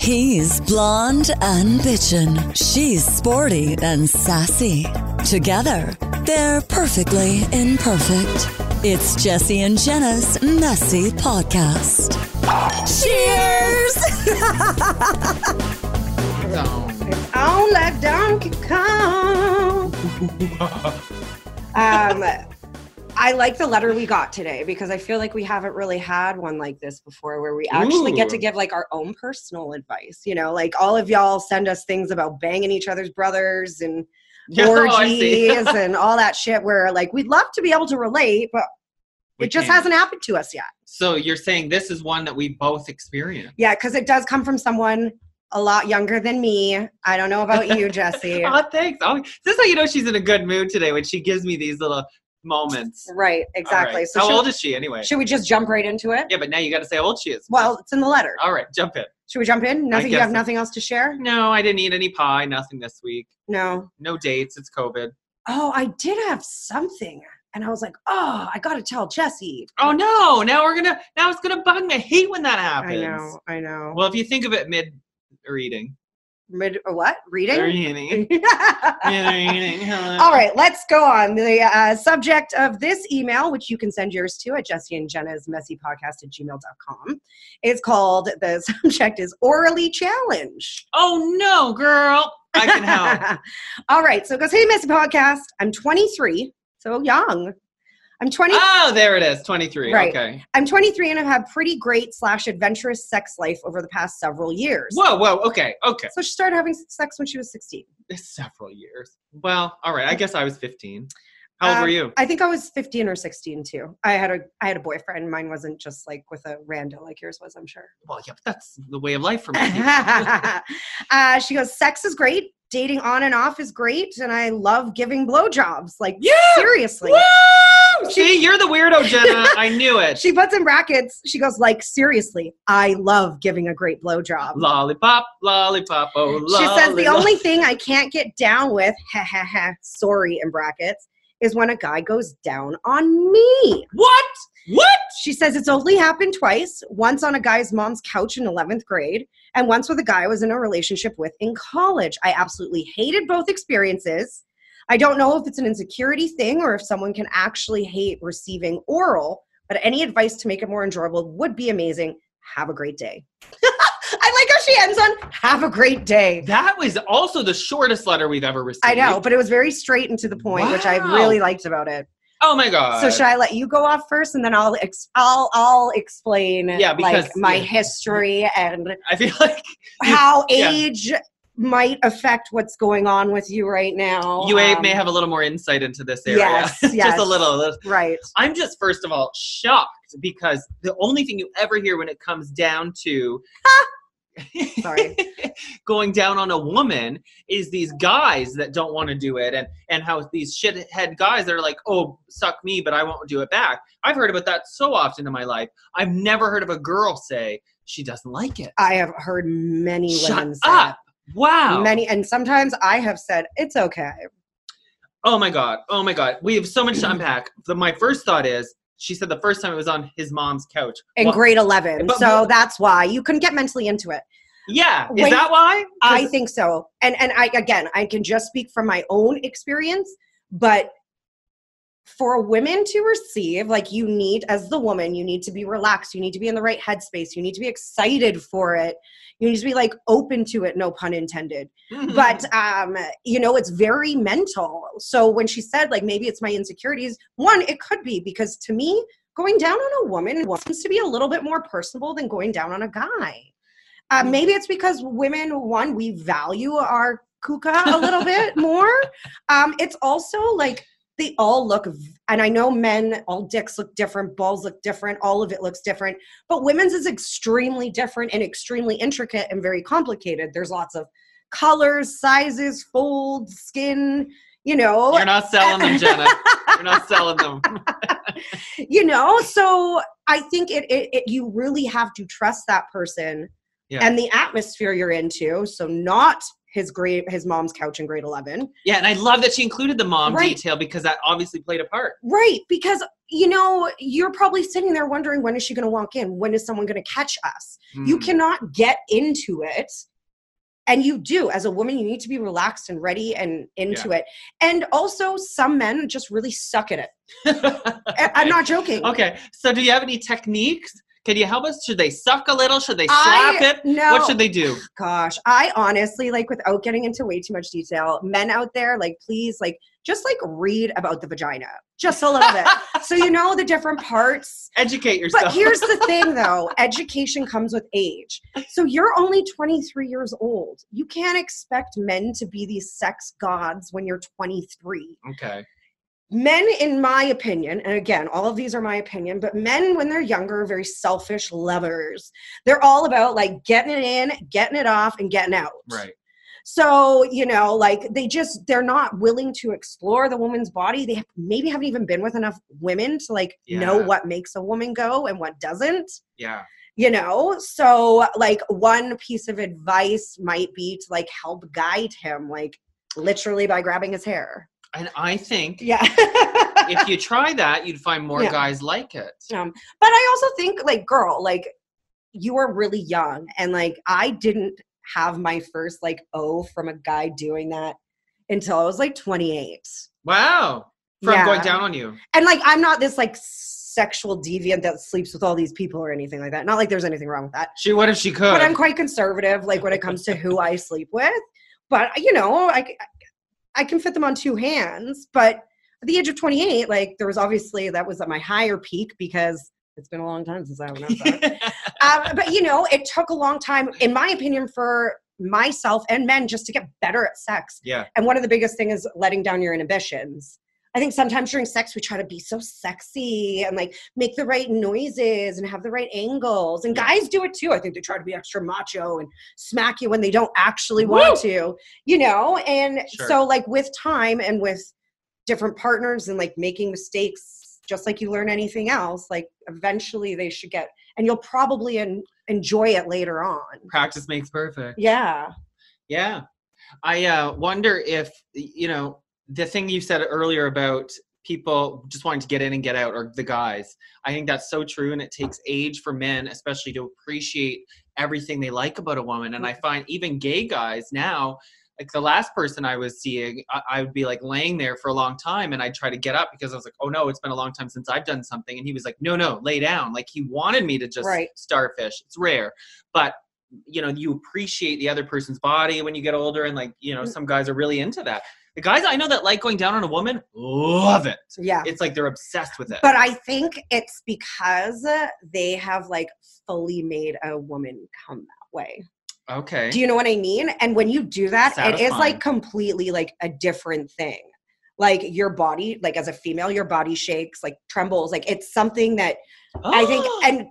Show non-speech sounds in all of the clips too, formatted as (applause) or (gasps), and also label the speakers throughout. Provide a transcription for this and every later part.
Speaker 1: He's blonde and bitchin'. She's sporty and sassy. Together, they're perfectly imperfect. It's Jesse and Jenna's messy podcast. Cheers!
Speaker 2: on like Donkey Kong. um, I like the letter we got today because I feel like we haven't really had one like this before where we actually get to
Speaker 3: Ooh.
Speaker 2: give like our own personal advice. You know, like all of y'all send us things about banging each other's brothers and
Speaker 3: Yeah, (laughs) oh, I see.
Speaker 2: orgies and all that shit where like we'd love to be able to relate, but
Speaker 3: We
Speaker 2: it just
Speaker 3: can't.
Speaker 2: hasn't happened to us yet.
Speaker 3: So you're saying this is one that we both experienced.
Speaker 2: Yeah, because it does come from someone a lot younger than me. I don't know about
Speaker 3: (laughs)
Speaker 2: you, Jesse.
Speaker 3: Oh, thanks. Oh, this is how you know she's in a good mood today when she gives me these little moments.
Speaker 2: Right, exactly.
Speaker 3: All right.
Speaker 2: So
Speaker 3: how
Speaker 2: should-
Speaker 3: old is she anyway?
Speaker 2: Should we just jump right into it?
Speaker 3: yeah, but now you got to say how old she is.
Speaker 2: Well, it's in the letter.
Speaker 3: all right, jump in.
Speaker 2: Should we jump in? Nothing. You
Speaker 3: Uh, guess
Speaker 2: have
Speaker 3: so.
Speaker 2: nothing else to share?
Speaker 3: No, I didn't eat any pie. Nothing this week.
Speaker 2: No.
Speaker 3: No dates. It's COVID.
Speaker 2: Oh, I did have something, and I was like, oh, I gotta tell Jesse.
Speaker 3: Oh no! Now we're gonna. Now it's gonna bug me. I hate when that
Speaker 2: I
Speaker 3: happens.
Speaker 2: know. I know.
Speaker 3: Well, if you think of it mid or eating.
Speaker 2: Mid or what?
Speaker 3: Or
Speaker 2: (laughs) Reading.
Speaker 3: (laughs) eating. Mid or eating. Hello.
Speaker 2: All right, let's go on. The uh, subject of this email, which you can send yours to at Jesse and Jenna's messy podcast at gmail.com, is called the (laughs) subject is orally challenged.
Speaker 3: Oh no, girl! I can help. (laughs)
Speaker 2: (laughs) All right. So it goes, Hey, Messy Podcast. I'm 23, so young. I'm 20.
Speaker 3: oh, there it is. Twenty-three.
Speaker 2: Right.
Speaker 3: Okay.
Speaker 2: I'm 23 and I've had pretty great slash adventurous sex life over the past several years.
Speaker 3: Whoa, whoa. Okay, okay.
Speaker 2: So she started having sex when she was 16.
Speaker 3: It's several years. Well, all right. I guess I was 15. How old
Speaker 2: Um,
Speaker 3: were you?
Speaker 2: I think I was 15 or 16 too. I had a I had a boyfriend. Mine wasn't just like with a rando like yours was. I'm sure. (laughs)
Speaker 3: Well, yeah, but that's the way of life for me. (laughs)
Speaker 2: uh, she goes, sex is great. Dating on and off is great, and I love giving blowjobs. Like
Speaker 3: Yeah!
Speaker 2: seriously.
Speaker 3: Woo! See, you're the
Speaker 2: (laughs)
Speaker 3: weirdo, Jenna. I knew it.
Speaker 2: She puts in brackets, she goes, like, seriously, I love giving a great blowjob.
Speaker 3: lollipop, lollipop, oh,
Speaker 2: She
Speaker 3: lollipop.
Speaker 2: says the only thing I can't get down with, (laughs) ha ha ha, sorry in brackets, is when a guy goes down on me.
Speaker 3: What? What?
Speaker 2: She says it's only happened twice, once on a guy's mom's couch in 11th grade, and once with a guy I was in a relationship with in college. I absolutely hated both experiences. I don't know if it's an insecurity thing or if someone can actually hate receiving oral, but any advice to make it more enjoyable would be amazing. Have a great day. (laughs) I like how she ends on have a great day.
Speaker 3: That was also the shortest letter we've ever received.
Speaker 2: I know, but it was very straight and to the point, which I
Speaker 3: Wow.
Speaker 2: really liked about it.
Speaker 3: Oh my god.
Speaker 2: so should I let you go off first, and then I'll ex- I'll I'll explain
Speaker 3: Yeah, because-
Speaker 2: like my
Speaker 3: yeah.
Speaker 2: history and
Speaker 3: I feel like
Speaker 2: how
Speaker 3: Yeah.
Speaker 2: age might affect what's going on with you right now.
Speaker 3: you
Speaker 2: Um,
Speaker 3: may have a little more insight into this area.
Speaker 2: Yes, yes.
Speaker 3: (laughs) Just a little.
Speaker 2: right.
Speaker 3: I'm just first of all shocked because the only thing you ever hear when it comes down to
Speaker 2: Sorry.
Speaker 3: going down on a woman is these guys that don't want to do it and and how these shithead guys that are like oh suck me but i won't do it back i've heard about that so often in my life i've never heard of a girl say she doesn't like it
Speaker 2: I have heard many
Speaker 3: shut
Speaker 2: women say
Speaker 3: up wow
Speaker 2: that. many, and sometimes I have said it's okay.
Speaker 3: oh my god oh my god we have so much
Speaker 2: (clears throat)
Speaker 3: to unpack the, my first thought is she said the first time it was on his mom's couch
Speaker 2: In
Speaker 3: Well,
Speaker 2: grade eleven,
Speaker 3: But-
Speaker 2: so that's why you can get mentally into it.
Speaker 3: yeah is
Speaker 2: When-
Speaker 3: that why 'Cause
Speaker 2: I think so. And and I again, I can just speak from my own experience, but for women to receive, like you need as the woman, you need to be relaxed, you need to be in the right headspace, you need to be excited for it. You need to be like open to it, no pun intended. But um, you know, it's very mental. So when she said like maybe it's my insecurities, one, it could be because to me, going down on a woman wants to be a little bit more personable than going down on a guy. Uh,
Speaker 3: Mm.
Speaker 2: maybe it's because women, one, we value our kuka a little bit more. Um, it's also like they all look, v- and I know men, all dicks look different, balls look different, all of it looks different, but women's is extremely different and extremely intricate and very complicated. There's lots of colors, sizes, folds, skin, you know,
Speaker 3: (laughs) you're not selling
Speaker 2: (laughs)
Speaker 3: them jenna you're not selling them
Speaker 2: you know so i think it, it, it you really have to trust that person
Speaker 3: Yeah.
Speaker 2: and the atmosphere you're into so not his grade his mom's couch in grade 11
Speaker 3: Yeah, and I love that she included the mom
Speaker 2: Right.
Speaker 3: detail because that obviously played a part.
Speaker 2: right because you know you're probably sitting there wondering when is she going to walk in when is someone going to catch us you
Speaker 3: Mm.
Speaker 2: cannot get into it and you do as a woman you need to be relaxed and ready and into it and also some men just really suck at it I- i'm not joking
Speaker 3: (laughs) Okay, so do you have any techniques? Can you help us? Should they suck a little? Should they slap
Speaker 2: I
Speaker 3: it?
Speaker 2: no.
Speaker 3: What should they do?
Speaker 2: gosh i honestly like without getting into way too much detail men out there like please like just like read about the vagina just a little
Speaker 3: (laughs)
Speaker 2: bit so you know the different parts
Speaker 3: Educate yourself.
Speaker 2: but here's the
Speaker 3: (laughs)
Speaker 2: thing though education comes with age so you're only 23 years old you can't expect men to be these sex gods when you're 23
Speaker 3: okay.
Speaker 2: men in my opinion and again all of these are my opinion but men when they're younger are very selfish lovers they're all about like getting it in getting it off and getting out
Speaker 3: Right.
Speaker 2: so you know like they just they're not willing to explore the woman's body they maybe haven't even been with enough women to like know
Speaker 3: Yeah.
Speaker 2: what makes a woman go and what doesn't
Speaker 3: Yeah.
Speaker 2: you know so like one piece of advice might be to like help guide him like literally by grabbing his hair
Speaker 3: And I think
Speaker 2: yeah
Speaker 3: if you try that, you'd find more
Speaker 2: Yeah.
Speaker 3: guys like it.
Speaker 2: (laughs) Um, but I also think, like, girl, like, you were really young, and like, I didn't have my first like O from a guy doing that until I was like 28.
Speaker 3: Wow. From
Speaker 2: Yeah.
Speaker 3: going down on you.
Speaker 2: and like, I'm not this like sexual deviant that sleeps with all these people or anything like that. Not like there's anything wrong with that,
Speaker 3: She what if she could?
Speaker 2: but I'm quite conservative, like when it comes to who I sleep with. But you know, I c- I can fit them on two hands. But at the age of 28, like, there was obviously that was at my higher peak because. It's been a long time since I went outside.
Speaker 3: (laughs)
Speaker 2: (laughs) um, but you know, it took a long time, in my opinion, for myself and men just to get better at sex.
Speaker 3: yeah.
Speaker 2: And one of the biggest things is letting down your inhibitions. I think sometimes during sex we try to be so sexy and like make the right noises and have the right angles. And guys do it too. I think they try to be extra macho and smack you when they don't actually want to, you know? And
Speaker 3: Sure.
Speaker 2: so like with time and with different partners and like making mistakes, just like you learn anything else, like eventually they should get and you'll probably en- enjoy it later on.
Speaker 3: Practice makes perfect.
Speaker 2: Yeah.
Speaker 3: Yeah. I uh, wonder if, you know, the thing you said earlier about people just wanting to get in and get out, or the guys, I think that's so true. And it takes age for men, especially, to appreciate everything they like about a woman. And I find even gay guys now, like the last person I was seeing, I, I would be like laying there for a long time and I'd try to get up because I was like, oh no, it's been a long time since I've done something. And he was like, no, no, lay down. Like he wanted me to just
Speaker 2: Right.
Speaker 3: starfish. It's rare. But you know you appreciate the other person's body when you get older and like you know
Speaker 2: Mm.
Speaker 3: some guys are really into that the guys i know that like going down on a woman love it
Speaker 2: Yeah.
Speaker 3: it's like they're obsessed with it
Speaker 2: But I think it's because they have like fully made a woman come that way.
Speaker 3: okay
Speaker 2: Do you know what I mean? And when you do that, it is
Speaker 3: Satisfying.
Speaker 2: like completely like a different thing. Like your body, like as a female, your body shakes, like trembles. Like it's something that I
Speaker 3: (gasps)
Speaker 2: think, and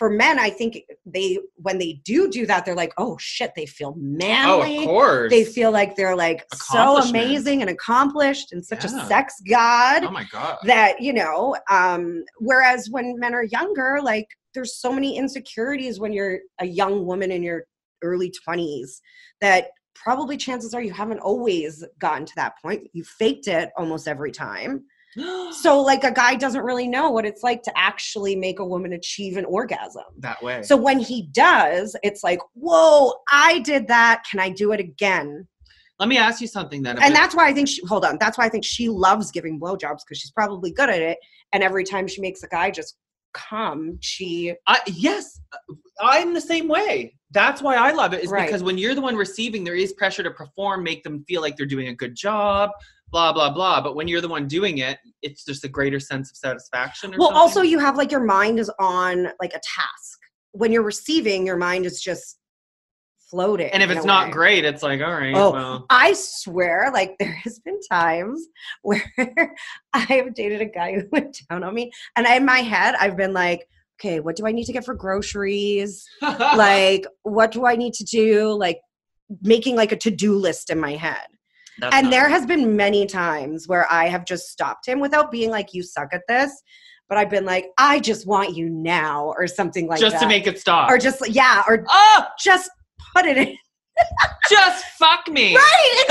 Speaker 2: for men, I think they, when they do do that, they're like, oh shit, they feel
Speaker 3: oh
Speaker 2: manly.
Speaker 3: of course
Speaker 2: they feel like they're like so
Speaker 3: Accomplishment.
Speaker 2: amazing and accomplished and such
Speaker 3: Yeah.
Speaker 2: a sex god
Speaker 3: oh my god (gasps)
Speaker 2: that you know um whereas when men are younger like there's so many insecurities when you're a young woman in your early 20s that probably chances are you haven't always gotten to that point you faked it almost every time so like a guy doesn't really know what it's like to actually make a woman achieve an orgasm
Speaker 3: that way
Speaker 2: so when he does it's like whoa i did that can i do it again
Speaker 3: let me ask you something then
Speaker 2: and
Speaker 3: about-
Speaker 2: that's why I think she hold on. That's why I think she loves giving blowjobs because she's probably good at it. And every time she makes a guy just come, she
Speaker 3: I, yes, I'm the same way. That's why I love it. Is
Speaker 2: Right.
Speaker 3: because when you're the one receiving, there is pressure to perform, make them feel like they're doing a good job, blah blah blah. But when you're the one doing it, it's just a greater sense of satisfaction. Or
Speaker 2: well
Speaker 3: something.
Speaker 2: also you have like your mind is on like a task. When you're receiving, your mind is just floating.
Speaker 3: and if
Speaker 2: in
Speaker 3: it's
Speaker 2: a
Speaker 3: not
Speaker 2: way.
Speaker 3: great, it's like all right,
Speaker 2: Oh. (laughs)
Speaker 3: well,
Speaker 2: I swear, like (laughs) there has been times where (laughs) I have dated a guy who went down on me, and I, in my head, I've been like, "Okay, what do I need to get for groceries? like what do i need to do like making like a to-do list in my head
Speaker 3: That's
Speaker 2: and
Speaker 3: not
Speaker 2: there
Speaker 3: right.
Speaker 2: has been many times where i have just stopped him without being like you suck at this but i've been like i just want you now or something like
Speaker 3: just
Speaker 2: that
Speaker 3: (laughs) to make it stop.
Speaker 2: or just yeah or
Speaker 3: Ah!
Speaker 2: just put it in (laughs)
Speaker 3: just fuck me.
Speaker 2: Right,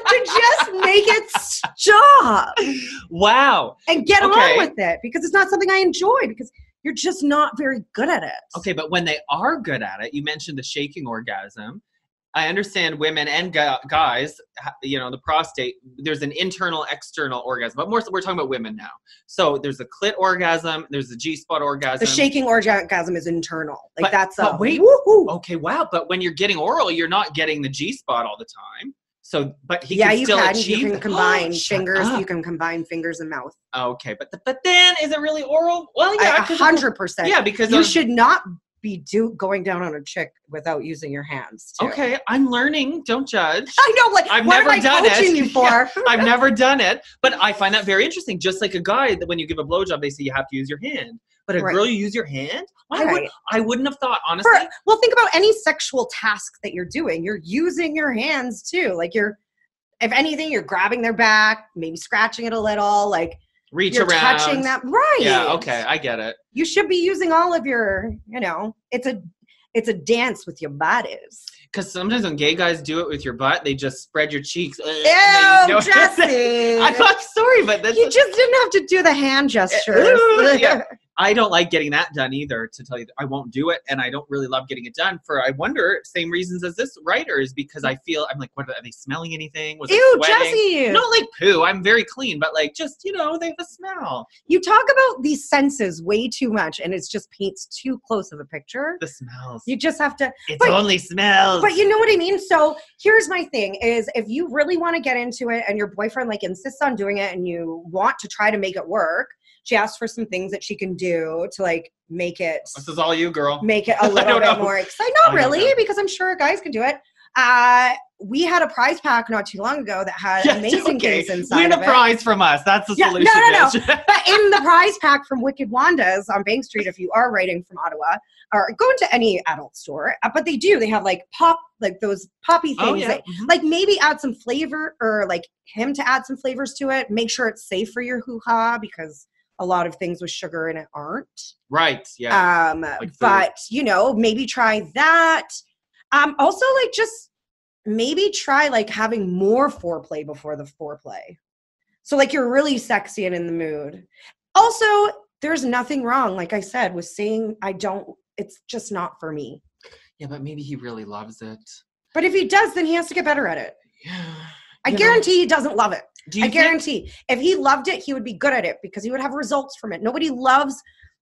Speaker 2: exactly. to just make it stop
Speaker 3: Wow.
Speaker 2: and get
Speaker 3: Okay.
Speaker 2: on with it because it's not something I enjoy because you're just not very good at it.
Speaker 3: Okay, but when they are good at it, you mentioned the shaking orgasm. I understand women and gu- guys, ha- you know, the prostate, there's an internal, external orgasm, but more so we're talking about women now. So there's a clit orgasm, there's a G spot orgasm.
Speaker 2: The shaking orgasm is internal. Like
Speaker 3: But-
Speaker 2: that's a
Speaker 3: but wait.
Speaker 2: woo-hoo.
Speaker 3: Okay, wow. But when you're getting oral, you're not getting the G spot all the time. So, but he
Speaker 2: yeah,
Speaker 3: can
Speaker 2: you
Speaker 3: still
Speaker 2: can.
Speaker 3: achieve.
Speaker 2: You can combine
Speaker 3: (gasps) Oh, Shut
Speaker 2: fingers.
Speaker 3: up.
Speaker 2: You can combine fingers and mouth.
Speaker 3: Okay, but the, but then is it really oral? Well,
Speaker 2: A
Speaker 3: yeah,
Speaker 2: a
Speaker 3: 'cause-
Speaker 2: hundred percent.
Speaker 3: Yeah, because
Speaker 2: You
Speaker 3: of-
Speaker 2: should not be do going down on a chick without using your hands. too.
Speaker 3: Okay, I'm learning. Don't judge.
Speaker 2: I know. Like,
Speaker 3: I've
Speaker 2: what
Speaker 3: never
Speaker 2: am I
Speaker 3: done it.
Speaker 2: coaching you for?
Speaker 3: (laughs) Yeah. I've never done it, but I find that very interesting. Just like a guy that when you give a blowjob, they say you have to use your hand. But a
Speaker 2: Right.
Speaker 3: girl, you use your hand. I would.
Speaker 2: Right.
Speaker 3: I wouldn't have thought honestly.
Speaker 2: For, well, think about any sexual task that you're doing. You're using your hands too. Like you're, if anything, you're grabbing their back, maybe scratching it a little. Like
Speaker 3: reach
Speaker 2: you're
Speaker 3: around.
Speaker 2: touching that. Right.
Speaker 3: Yeah. Okay, I get it.
Speaker 2: You should be using all of your. You know, it's a, it's a dance with your bodies.
Speaker 3: Because sometimes when gay guys do it with your butt, they just spread your cheeks. Ugh, and
Speaker 2: Ew,
Speaker 3: then you know- (laughs)
Speaker 2: Jesse.
Speaker 3: I'm not sorry, but that's
Speaker 2: you just didn't have to do the hand gestures. (laughs)
Speaker 3: Ooh, yeah. I don't like getting that done either. To tell you, that I won't do it, and I don't really love getting it done for. I wonder same reasons as this writer is because I feel I'm like, what are they smelling? Anything? Was
Speaker 2: Ew,
Speaker 3: it sweating?
Speaker 2: Jesse.
Speaker 3: Not like poo. I'm very clean, but like just you know, they have a smell.
Speaker 2: You talk about these senses way too much and it just paints too close of a picture.
Speaker 3: The smells.
Speaker 2: You just have to
Speaker 3: it's
Speaker 2: but-
Speaker 3: only smells.
Speaker 2: But you know what I mean? So here's my thing is if you really want to get into it and your boyfriend like insists on doing it and you want to try to make it work, she asks for some things that she can do to like make it
Speaker 3: this is all you, girl. (laughs)
Speaker 2: make it a
Speaker 3: I
Speaker 2: little
Speaker 3: don't
Speaker 2: bit
Speaker 3: know.
Speaker 2: more exciting.
Speaker 3: I
Speaker 2: Not
Speaker 3: don't
Speaker 2: really,
Speaker 3: know.
Speaker 2: because I'm sure guys can do it. Uh, we had a prize pack not too long ago that had
Speaker 3: Yes, (laughs)
Speaker 2: amazing
Speaker 3: okay.
Speaker 2: things inside.
Speaker 3: Win a
Speaker 2: of it.
Speaker 3: prize from us. That's the
Speaker 2: Yeah, no,
Speaker 3: solution.
Speaker 2: no,
Speaker 3: bitch. (laughs)
Speaker 2: But in the prize pack from Wicked Wanda's on Bank Street, if you are writing from Ottawa, or go into any adult store, uh, but they do. They have like pop, like those poppy things.
Speaker 3: oh yeah.
Speaker 2: that- like maybe add some flavor or like him to add some flavors to it. Make sure it's safe for your hoo ha because a lot of things with sugar in it aren't.
Speaker 3: Right. Yeah.
Speaker 2: Um,
Speaker 3: food.
Speaker 2: but you know, maybe try that. Um, also like just maybe try like having more foreplay before the foreplay. So like you're really sexy and in the mood. Also, there's nothing wrong, like I said, with saying I don't. It's just not for me.
Speaker 3: yeah, but maybe he really loves it.
Speaker 2: But if he does, then he has to get better at it.
Speaker 3: Yeah.
Speaker 2: I
Speaker 3: You know,
Speaker 2: guarantee he doesn't love it.
Speaker 3: (sighs) Do you
Speaker 2: I
Speaker 3: think-
Speaker 2: guarantee if he loved it, he would be good at it because he would have results from it. Nobody loves,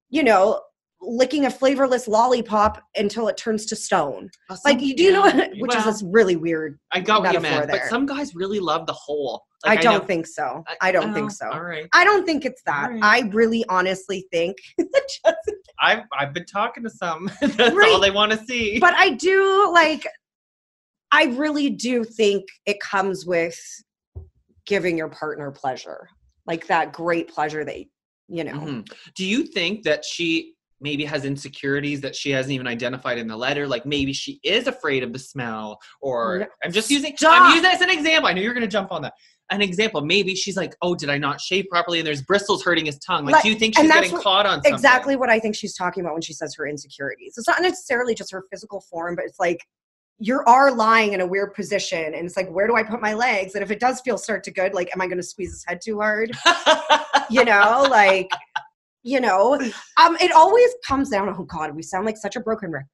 Speaker 2: you know, licking a flavorless lollipop until it turns to stone.
Speaker 3: Well, some-
Speaker 2: Like, you do you know,
Speaker 3: yeah.
Speaker 2: what- which is
Speaker 3: Well,
Speaker 2: this really weird.
Speaker 3: I got what you
Speaker 2: metaphor
Speaker 3: meant,
Speaker 2: there.
Speaker 3: but some guys really love the whole.
Speaker 2: I don't
Speaker 3: know-
Speaker 2: think so. I don't think
Speaker 3: oh,
Speaker 2: so.
Speaker 3: All right,
Speaker 2: I don't think it's that.
Speaker 3: Alright.
Speaker 2: I really honestly think, (laughs) but
Speaker 3: I've I've been talking to some. (laughs) That's
Speaker 2: Right.
Speaker 3: all they want to see. (laughs)
Speaker 2: I do like, I really do think it comes with giving your partner pleasure, like that great pleasure that, you know.
Speaker 3: Mhm. Do you think that she maybe has insecurities that she hasn't even identified in the letter? Like maybe she is afraid of the smell, or
Speaker 2: No,
Speaker 3: I'm just using
Speaker 2: stop.
Speaker 3: I'm using that as an example. I know you're gonna jump on that. An example, maybe she's like, "Oh, did I not shave properly?" And there's bristles hurting his tongue. Like,
Speaker 2: Like-
Speaker 3: do you think
Speaker 2: and
Speaker 3: she's
Speaker 2: that's
Speaker 3: getting
Speaker 2: what-
Speaker 3: caught on something? (laughs)
Speaker 2: exactly what I think she's talking about when she says her insecurities. It's not necessarily just her physical form, but it's like you are lying in a weird position, and it's like, where do I put my legs? And if it does feel start to good, like, am I going to squeeze his head too hard? You know, like, you know, um, it always comes down. Oh God, we sound like such a broken record.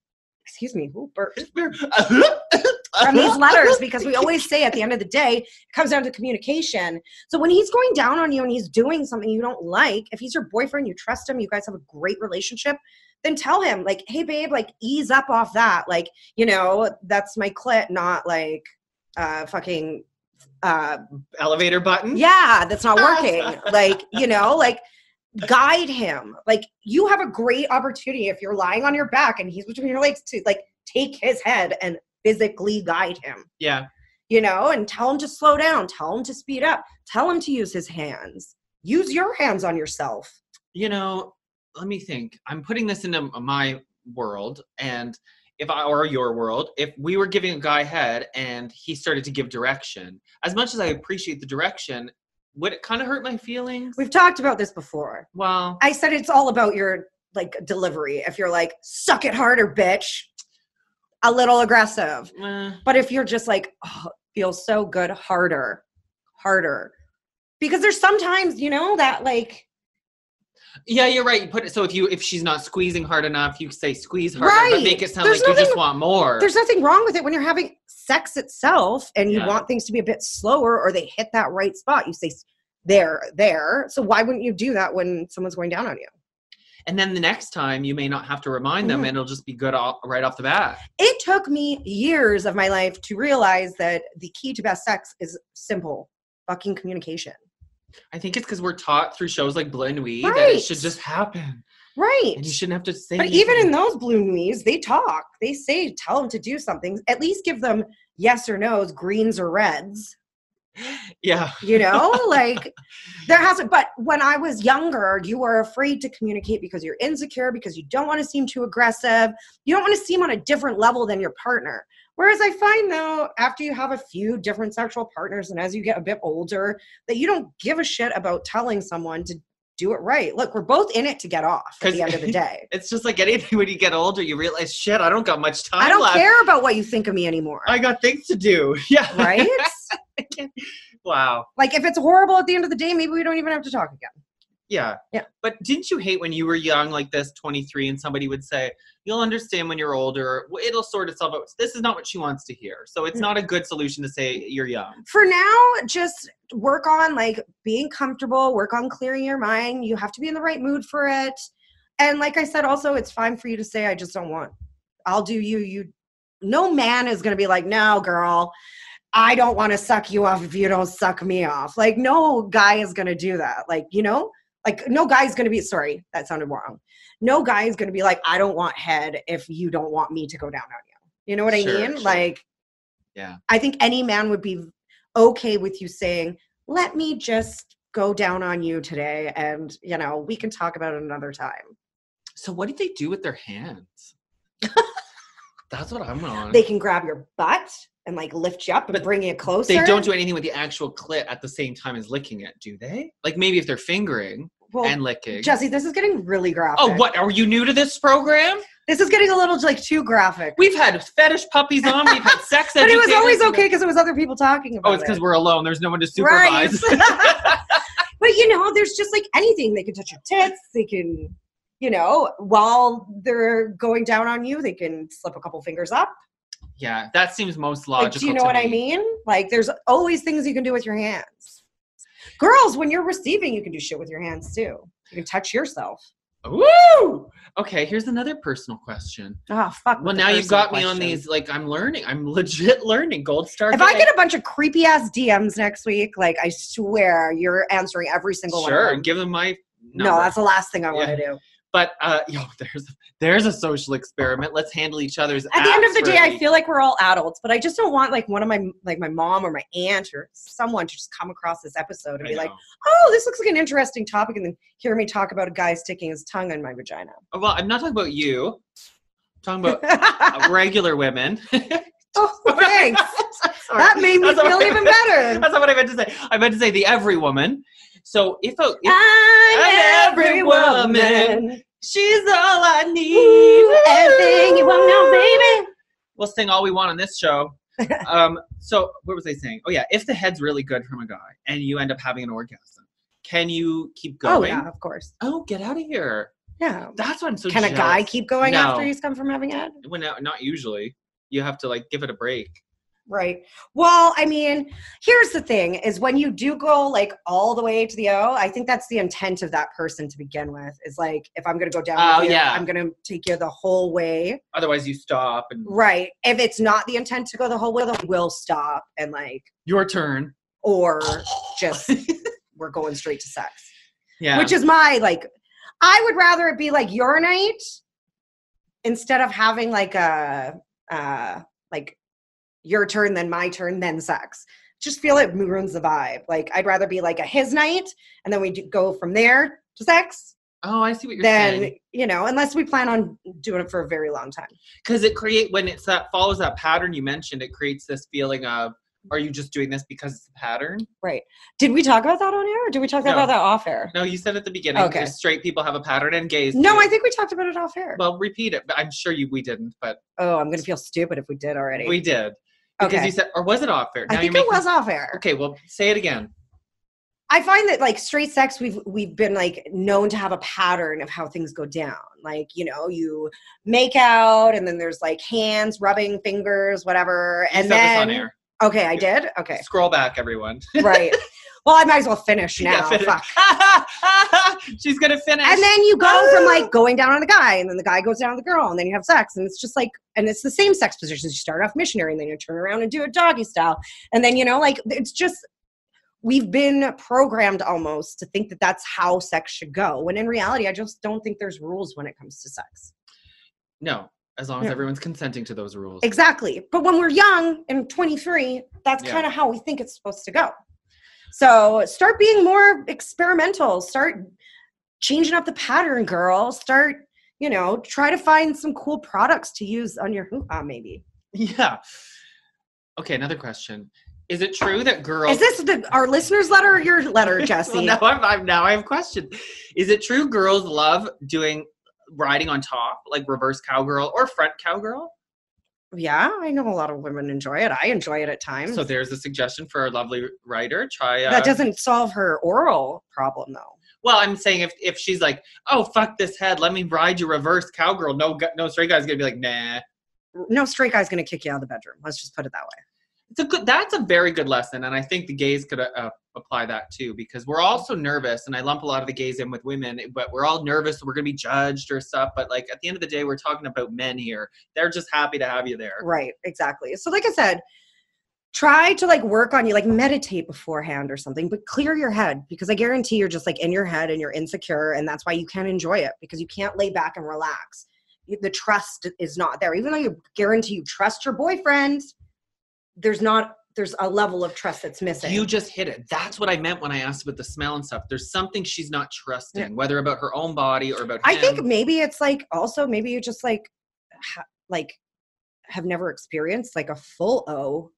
Speaker 2: Excuse me, who burped (laughs) from
Speaker 3: (laughs)
Speaker 2: these letters because we always say at the end of the day it comes down to communication. So when he's going down on you and he's doing something you don't like, if he's your boyfriend, you trust him, you guys have a great relationship, then tell him like, "Hey babe, like ease up off that. Like, you know, that's my clit, not like uh fucking uh
Speaker 3: elevator button.
Speaker 2: yeah, that's not working. like, you know, like guide him. Like you have a great opportunity if you're lying on your back and he's between your legs to like take his head and physically guide him
Speaker 3: yeah.
Speaker 2: you know, and tell him to slow down, tell him to speed up, tell him to use his hands. Use your hands on yourself.
Speaker 3: you know, let me think. I'm putting this into m- my world and if I or your world, if we were giving a guy head and he started to give direction, as much as I appreciate the direction, would it kind of hurt my feelings?
Speaker 2: We've talked about this before.
Speaker 3: Well,
Speaker 2: I said it's all about your like delivery. If you're like, suck it harder, bitch. a little aggressive.
Speaker 3: Eh,
Speaker 2: But if you're just like, oh, it feels so good, harder, harder. Because there's sometimes, you know, that like,
Speaker 3: yeah, you're right. You put it so if you if she's not squeezing hard enough, you say squeeze harder,
Speaker 2: Right.
Speaker 3: but make it sound
Speaker 2: There's
Speaker 3: like you just
Speaker 2: nothing-
Speaker 3: want more.
Speaker 2: there's nothing wrong with it when you're having sex itself and you
Speaker 3: Yeah.
Speaker 2: want things to be a bit slower or they hit that right spot. You say, "S- there, there. So why wouldn't you do that when someone's going down on you?
Speaker 3: and then the next time you may not have to remind them
Speaker 2: Mhm.
Speaker 3: and it'll just be good all, right off the bat.
Speaker 2: It took me years of my life to realize that the key to best sex is simple fucking communication.
Speaker 3: I think it's because we're taught through shows like Blue Nuit that it
Speaker 2: Right.
Speaker 3: should just happen.
Speaker 2: Right.
Speaker 3: And you shouldn't have to say
Speaker 2: But even
Speaker 3: anything.
Speaker 2: in those blue knees, they talk. They say, tell them to do something. At least give them yes or no's, greens or reds.
Speaker 3: Yeah.
Speaker 2: You know, like there hasn't. But when I was younger, you were afraid to communicate because you're insecure, because you don't want to seem too aggressive. You don't want to seem on a different level than your partner. Whereas I find though, after you have a few different sexual partners and as you get a bit older, that you don't give a shit about telling someone to do it right. Look, we're both in it to get off at
Speaker 3: 'Cause-
Speaker 2: the end of the day.
Speaker 3: It's just like anything (laughs) when you get older, you realize shit, I don't got much time
Speaker 2: I don't
Speaker 3: left.
Speaker 2: care about what you think of me anymore.
Speaker 3: I got things to do. (laughs) Yeah.
Speaker 2: right?
Speaker 3: Wow.
Speaker 2: like if it's horrible at the end of the day, maybe we don't even have to talk again.
Speaker 3: Yeah.
Speaker 2: Yeah.
Speaker 3: But didn't you hate when you were young, like this, 23, and somebody would say, You'll understand when you're older. W- It'll sort itself out. This is not what she wants to hear. So it's
Speaker 2: Mm.
Speaker 3: not a good solution to say you're young.
Speaker 2: For now, just work on like being comfortable, work on clearing your mind. You have to be in the right mood for it. And like I said, also it's fine for you to say, I just don't want. I'll do you, you no man is gonna be like, no, girl, I don't wanna suck you off if you don't suck me off. Like, no guy is gonna do that. Like, you know, like no guy's gonna be sorry, that sounded wrong. No guy is gonna be like, I don't want head if you don't want me to go down on you. You know what I
Speaker 3: Sure,
Speaker 2: mean?
Speaker 3: sure.
Speaker 2: Like
Speaker 3: Yeah.
Speaker 2: I think any man would be okay with you saying, let me just go down on you today and, you know, we can talk about it another time.
Speaker 3: So what did they do with their
Speaker 2: (laughs)
Speaker 3: hands? That's what I'm on.
Speaker 2: They can grab your butt and like lift you up and
Speaker 3: But
Speaker 2: bring you closer.
Speaker 3: They don't do anything with the actual clit at the same time as licking it, do they? Like maybe if they're fingering
Speaker 2: Well,
Speaker 3: and licking.
Speaker 2: Jesse, this is getting really graphic.
Speaker 3: Oh, what? Are you new to this program?
Speaker 2: This is getting a little like too graphic.
Speaker 3: We've had fetish puppies on.
Speaker 2: (laughs)
Speaker 3: We've had sex
Speaker 2: but it was
Speaker 3: educators,
Speaker 2: always
Speaker 3: we've
Speaker 2: okay because it was other people talking about
Speaker 3: Oh, it's
Speaker 2: it.
Speaker 3: because we're alone. There's no one to
Speaker 2: (laughs)
Speaker 3: supervise.
Speaker 2: Right. (laughs) but you know, there's just like anything. They can touch your tits. They can, you know, while they're going down on you, they can slip a couple fingers up.
Speaker 3: yeah, that seems most
Speaker 2: Like,
Speaker 3: logical.
Speaker 2: do you know
Speaker 3: to
Speaker 2: what I
Speaker 3: me.
Speaker 2: mean? Like, there's always things you can do with your hands. Girls, when you're receiving, you can do shit with your hands too. You can touch yourself.
Speaker 3: Woo! Okay, here's another personal question.
Speaker 2: Oh fuck. with
Speaker 3: Well,
Speaker 2: the
Speaker 3: now you've
Speaker 2: personal
Speaker 3: got me on
Speaker 2: question.
Speaker 3: these. Like, I'm learning. I'm legit (laughs) learning. Gold star.
Speaker 2: If I
Speaker 3: day.
Speaker 2: get a bunch of creepy ass DMs next week, like I swear you're answering every single one. of
Speaker 3: sure,
Speaker 2: them.
Speaker 3: give them my number.
Speaker 2: No, that's the last thing I want to
Speaker 3: Yeah.
Speaker 2: do.
Speaker 3: But uh, (laughs) yo, there's there's a social experiment. Let's handle each other's.
Speaker 2: At the end of the day, I
Speaker 3: feel.
Speaker 2: feel like we're all adults, but I just don't want like one of my like my mom or my aunt or someone to just come across this episode and
Speaker 3: I
Speaker 2: be like,
Speaker 3: know.
Speaker 2: "Oh, this looks like an interesting topic," and then hear me talk about a guy sticking his tongue in my vagina. (laughs)
Speaker 3: Oh, well, I'm not talking about you. I'm talking
Speaker 2: (laughs)
Speaker 3: about uh, regular women. (laughs)
Speaker 2: Oh, thanks.
Speaker 3: Sorry.
Speaker 2: that made me
Speaker 3: (laughs) That's not
Speaker 2: feel
Speaker 3: what I
Speaker 2: even
Speaker 3: meant-
Speaker 2: better.
Speaker 3: (laughs) That's not what I meant to say. I meant to say the every woman. So if a
Speaker 2: Ah,
Speaker 3: if
Speaker 2: I'm
Speaker 3: every woman. she's all I need,
Speaker 2: Everything you want now, baby.
Speaker 3: We'll sing all we want on
Speaker 2: (laughs)
Speaker 3: this show. um, so what was I saying? Oh yeah, if the head's really good from a guy and you end up having an orgasm, can you keep
Speaker 2: Oh,
Speaker 3: going?
Speaker 2: yeah, of course.
Speaker 3: Oh, get out of here.
Speaker 2: Yeah.
Speaker 3: That's why I'm so.
Speaker 2: Can a
Speaker 3: jealous.
Speaker 2: guy keep going
Speaker 3: No.
Speaker 2: after he's come from having it?
Speaker 3: Well, no, not usually. You have to like give it a break.
Speaker 2: Right. Well, I mean, here's the thing is when you do go like all the way to the O, I think that's the intent of that person to begin with. Is like if I'm gonna go down
Speaker 3: Oh,
Speaker 2: with you,
Speaker 3: yeah.
Speaker 2: I'm gonna take you the whole way.
Speaker 3: Otherwise, you stop and
Speaker 2: Right. If it's not the intent to go the whole way, then we'll stop and like
Speaker 3: your turn.
Speaker 2: or just
Speaker 3: (laughs)
Speaker 2: we're going straight to sex.
Speaker 3: Yeah.
Speaker 2: Which is my like I would rather it be like your night instead of having like a uh like your turn then my turn then sex. Just feel it ruins the vibe. Like I'd rather be like a his night and then we do, go from there to sex
Speaker 3: oh, I see what you're
Speaker 2: Then
Speaker 3: saying.
Speaker 2: you know unless we plan on doing it for a very long time.
Speaker 3: Because it create when it's that follows that pattern you mentioned, it creates this feeling of are you just doing this because it's the pattern?
Speaker 2: Right. Did we talk about that on air or did we talk
Speaker 3: No.
Speaker 2: about that off air?
Speaker 3: No, you said at the beginning.
Speaker 2: Okay.
Speaker 3: just Straight people have a pattern and gays.
Speaker 2: No,
Speaker 3: do.
Speaker 2: I think we talked about it off air.
Speaker 3: Well, repeat it. But I'm sure you we didn't, but
Speaker 2: oh, I'm going to feel stupid if we did already.
Speaker 3: we did because
Speaker 2: okay.
Speaker 3: you said, or was it off air?
Speaker 2: I
Speaker 3: Now
Speaker 2: think
Speaker 3: you're
Speaker 2: it was
Speaker 3: making-
Speaker 2: off air.
Speaker 3: Okay, well, say it again.
Speaker 2: I find that like straight sex, we've we've been like known to have a pattern of how things go down. Like you know, you make out, and then there's like hands rubbing fingers, whatever,
Speaker 3: You
Speaker 2: and
Speaker 3: said
Speaker 2: then
Speaker 3: this on air.
Speaker 2: okay, I did.
Speaker 3: (laughs)
Speaker 2: Okay,
Speaker 3: Scroll back, everyone.
Speaker 2: right. Well, I might as well finish now.
Speaker 3: Yeah, finish.
Speaker 2: Fuck.
Speaker 3: (laughs) She's gonna finish.
Speaker 2: And then you go from like going down on the guy, and then the guy goes down on the girl, and then you have sex, and it's just like, and it's the same sex positions. You start off missionary, and then you turn around and do a doggy style, and then you know, like it's just we've been programmed almost to think that that's how sex should go, when in reality, I just don't think there's rules when it comes to sex.
Speaker 3: no, as long as
Speaker 2: Yeah.
Speaker 3: everyone's consenting to those rules.
Speaker 2: Exactly, but when we're young and 23, that's
Speaker 3: Yeah.
Speaker 2: kind of how we think it's supposed to go. So start being more experimental. Start changing up the pattern, girl. Start, you know, try to find some cool products to use on your hoo ha, maybe.
Speaker 3: (laughs) Yeah. Okay, another question. Is it true that
Speaker 2: Is
Speaker 3: girls
Speaker 2: this the our listeners' letter or your letter, Jesse?
Speaker 3: (laughs) well, now I'm, I'm now I have questions. Is it true girls love doing riding on top, like reverse cowgirl or front cowgirl?
Speaker 2: Yeah, I know a lot of women enjoy it. I enjoy it at times.
Speaker 3: So there's a suggestion for our lovely writer. Try uh,
Speaker 2: that doesn't solve her oral problem though.
Speaker 3: Well, I'm saying if, if she's like, oh fuck this head, let me ride you reverse cowgirl. No, gu- no straight guy's gonna be like, nah.
Speaker 2: No straight guy's gonna kick you out of the bedroom. Let's just put it that way.
Speaker 3: It's a good. That's a very good lesson, and I think the gays could uh, uh, apply that too because we're all so nervous, and I lump a lot of the gays in with women, but we're all nervous. We're gonna be judged or stuff. But like at the end of the day, we're talking about men here. They're just happy to have you there.
Speaker 2: Right, exactly. So like I said, try to like work on you, like meditate beforehand or something, but clear your head because I guarantee you're just like in your head and you're insecure and that's why you can't enjoy it because you can't lay back and relax. You- The trust is not there. Even though you guarantee you trust your boyfriend, there's not there's a level of trust that's missing.
Speaker 3: You just hit it. That's what I meant when I asked about the smell and stuff. There's something she's not trusting, whether about her own body or about.
Speaker 2: I
Speaker 3: him.
Speaker 2: think maybe it's like also maybe you just like ha- like have never experienced like a full O,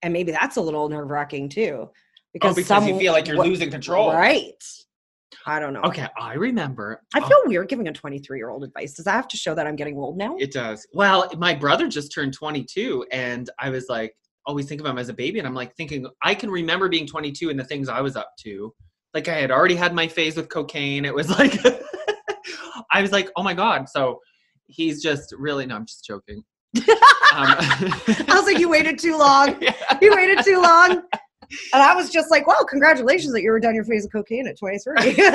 Speaker 2: and maybe that's a little nerve wracking too.
Speaker 3: oh, because you feel like you're
Speaker 2: what-
Speaker 3: losing control.
Speaker 2: right? I don't know.
Speaker 3: Okay, I remember.
Speaker 2: I
Speaker 3: Oh,
Speaker 2: feel weird giving a 23 year old advice. Does that have to show that I'm getting old now?
Speaker 3: Oh, It does. Well, my brother just turned 22, and I was like, always think of him as a baby. And I'm like, thinking, I can remember being 22 and the things I was up to. Like, I had already had my phase with cocaine. It was like, (laughs) I was like, oh my God. So he's just really, no, I'm just
Speaker 2: (laughs)
Speaker 3: joking. um,
Speaker 2: (laughs)
Speaker 3: (laughs)
Speaker 2: I was like, you waited too long.
Speaker 3: yeah.
Speaker 2: You waited too long.
Speaker 3: (laughs)
Speaker 2: And I was just like, wow, congratulations that you were done your phase of cocaine at 23. (laughs)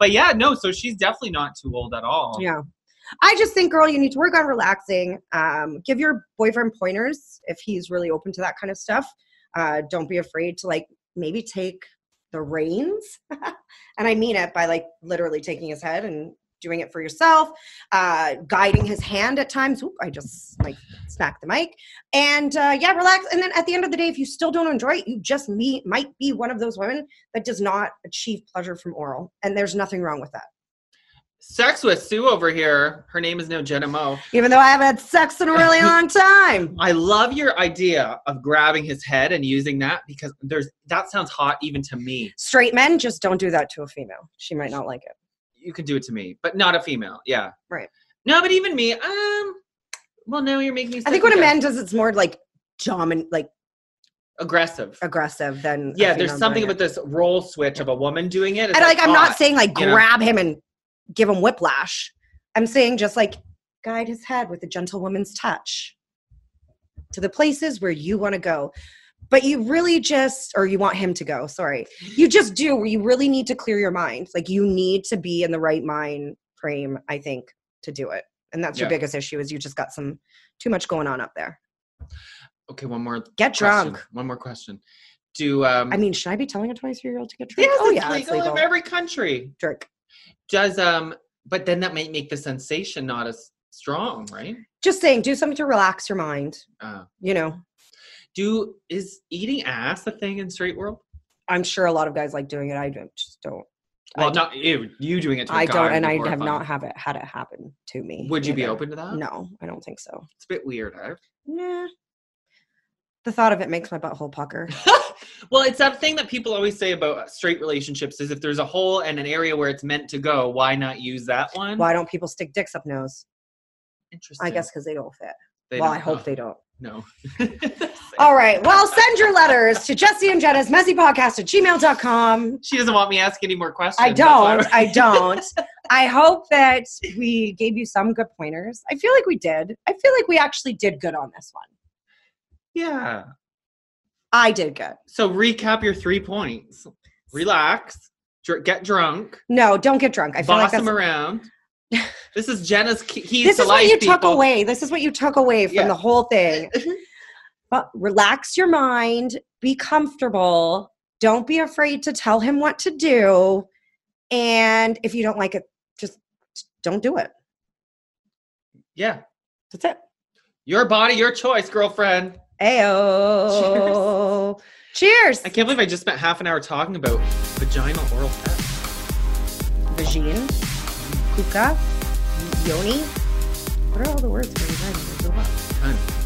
Speaker 3: But yeah, no, so she's definitely not too old at all.
Speaker 2: Yeah. I just think, girl, you need to work on relaxing. Um, give your boyfriend pointers if he's really open to that kind of stuff. Uh, don't be afraid to like maybe take the reins. (laughs) and I mean it by like literally taking his head and doing it for yourself, uh, guiding his hand at times. Oop, I just like smacked the mic. And uh, yeah, relax. And then at the end of the day, if you still don't enjoy it, you just me- might be one of those women that does not achieve pleasure from oral. And there's nothing wrong with that.
Speaker 3: Sex with Sue over here. Her name is now Jenna Mo.
Speaker 2: even though I haven't had sex in a really
Speaker 3: (laughs)
Speaker 2: long time.
Speaker 3: I love your idea of grabbing his head and using that because there's that sounds hot even to me.
Speaker 2: Straight men just don't do that to a female. She might not like it.
Speaker 3: You can do it to me, but not a female. Yeah.
Speaker 2: Right.
Speaker 3: No, but even me. Um. Well, now you're making me.
Speaker 2: I think when a
Speaker 3: second
Speaker 2: man does, it's more like dominant, like
Speaker 3: guess. aggressive.
Speaker 2: aggressive than a
Speaker 3: Yeah, there's
Speaker 2: female
Speaker 3: something
Speaker 2: doing
Speaker 3: about this role switch of a woman doing it.
Speaker 2: it.
Speaker 3: It's "Ah."
Speaker 2: And like, I'm
Speaker 3: hot.
Speaker 2: not saying like
Speaker 3: you know?
Speaker 2: grab him and give him whiplash. I'm saying just like guide his head with a gentle woman's touch to the places where you want to go. But you really just, or you want him to go, sorry.
Speaker 3: (laughs)
Speaker 2: You just do, you really need to clear your mind. Like, you need to be in the right mind frame, I think, to do it. And that's your
Speaker 3: Yeah.
Speaker 2: biggest issue is you just got some too much going on up there.
Speaker 3: Okay, one more
Speaker 2: Get
Speaker 3: question.
Speaker 2: drunk.
Speaker 3: One more question. Do um.
Speaker 2: I mean, should I be telling a 23 year old to get drunk?
Speaker 3: yes,
Speaker 2: oh,
Speaker 3: it's
Speaker 2: yeah,
Speaker 3: legal,
Speaker 2: it's legal.
Speaker 3: in every country.
Speaker 2: Drink.
Speaker 3: Does um. But then that might make the sensation not as strong, right?
Speaker 2: Just saying, do something to relax your mind,
Speaker 3: Uh,
Speaker 2: you know,
Speaker 3: do is eating ass a thing in straight world?
Speaker 2: I'm sure a lot of guys like doing it. I don't, just don't.
Speaker 3: Well,
Speaker 2: I,
Speaker 3: not ew, you doing it. To a
Speaker 2: I
Speaker 3: guy
Speaker 2: don't,
Speaker 3: would
Speaker 2: and
Speaker 3: be
Speaker 2: I have
Speaker 3: horrifying.
Speaker 2: not have it had it happen to me.
Speaker 3: Would you be
Speaker 2: either.
Speaker 3: open to that?
Speaker 2: No, I don't think so.
Speaker 3: it's a bit weird. I
Speaker 2: Nah. The thought of it makes my butthole
Speaker 3: (laughs)
Speaker 2: pucker.
Speaker 3: well, it's that thing that people always say about uh, straight relationships is if there's a hole and an area where it's meant to go, why not use that one?
Speaker 2: Why don't people stick dicks up nose?
Speaker 3: Interesting.
Speaker 2: I guess because they don't fit.
Speaker 3: They
Speaker 2: well,
Speaker 3: don't
Speaker 2: I hope
Speaker 3: know.
Speaker 2: they don't.
Speaker 3: No. (laughs)
Speaker 2: All right. Well, send your letters to Jesse and Jenna's messy podcast at gmail.com.
Speaker 3: she doesn't want me to ask any more questions.
Speaker 2: I
Speaker 3: That's
Speaker 2: (laughs)
Speaker 3: why
Speaker 2: don't. I don't.
Speaker 3: (laughs)
Speaker 2: I hope that we gave you some good pointers. I feel like we did. I feel like we actually did good on this one.
Speaker 3: we're- yeah.
Speaker 2: I did good.
Speaker 3: So recap your three points. Relax. Dr- get drunk.
Speaker 2: No, don't get drunk. I feel like
Speaker 3: boss them
Speaker 2: that's,
Speaker 3: around.
Speaker 2: (laughs)
Speaker 3: This is Jenna's key- keys
Speaker 2: this
Speaker 3: to
Speaker 2: is
Speaker 3: life.
Speaker 2: what you
Speaker 3: people.
Speaker 2: took away. This is what you took away from
Speaker 3: Yeah. Mm-hmm.
Speaker 2: the whole
Speaker 3: (laughs)
Speaker 2: thing. but relax your mind. Be comfortable. Don't be afraid to tell him what to do. And if you don't like it, just don't do it.
Speaker 3: Yeah.
Speaker 2: That's it.
Speaker 3: Your body, your choice, girlfriend.
Speaker 2: Ayo. Cheers.
Speaker 3: I can't believe I just spent half an hour talking about vaginal oral sex.
Speaker 2: Vagine, Kuka, Yoni. What are all the words for vagina? I forgot.
Speaker 3: Time.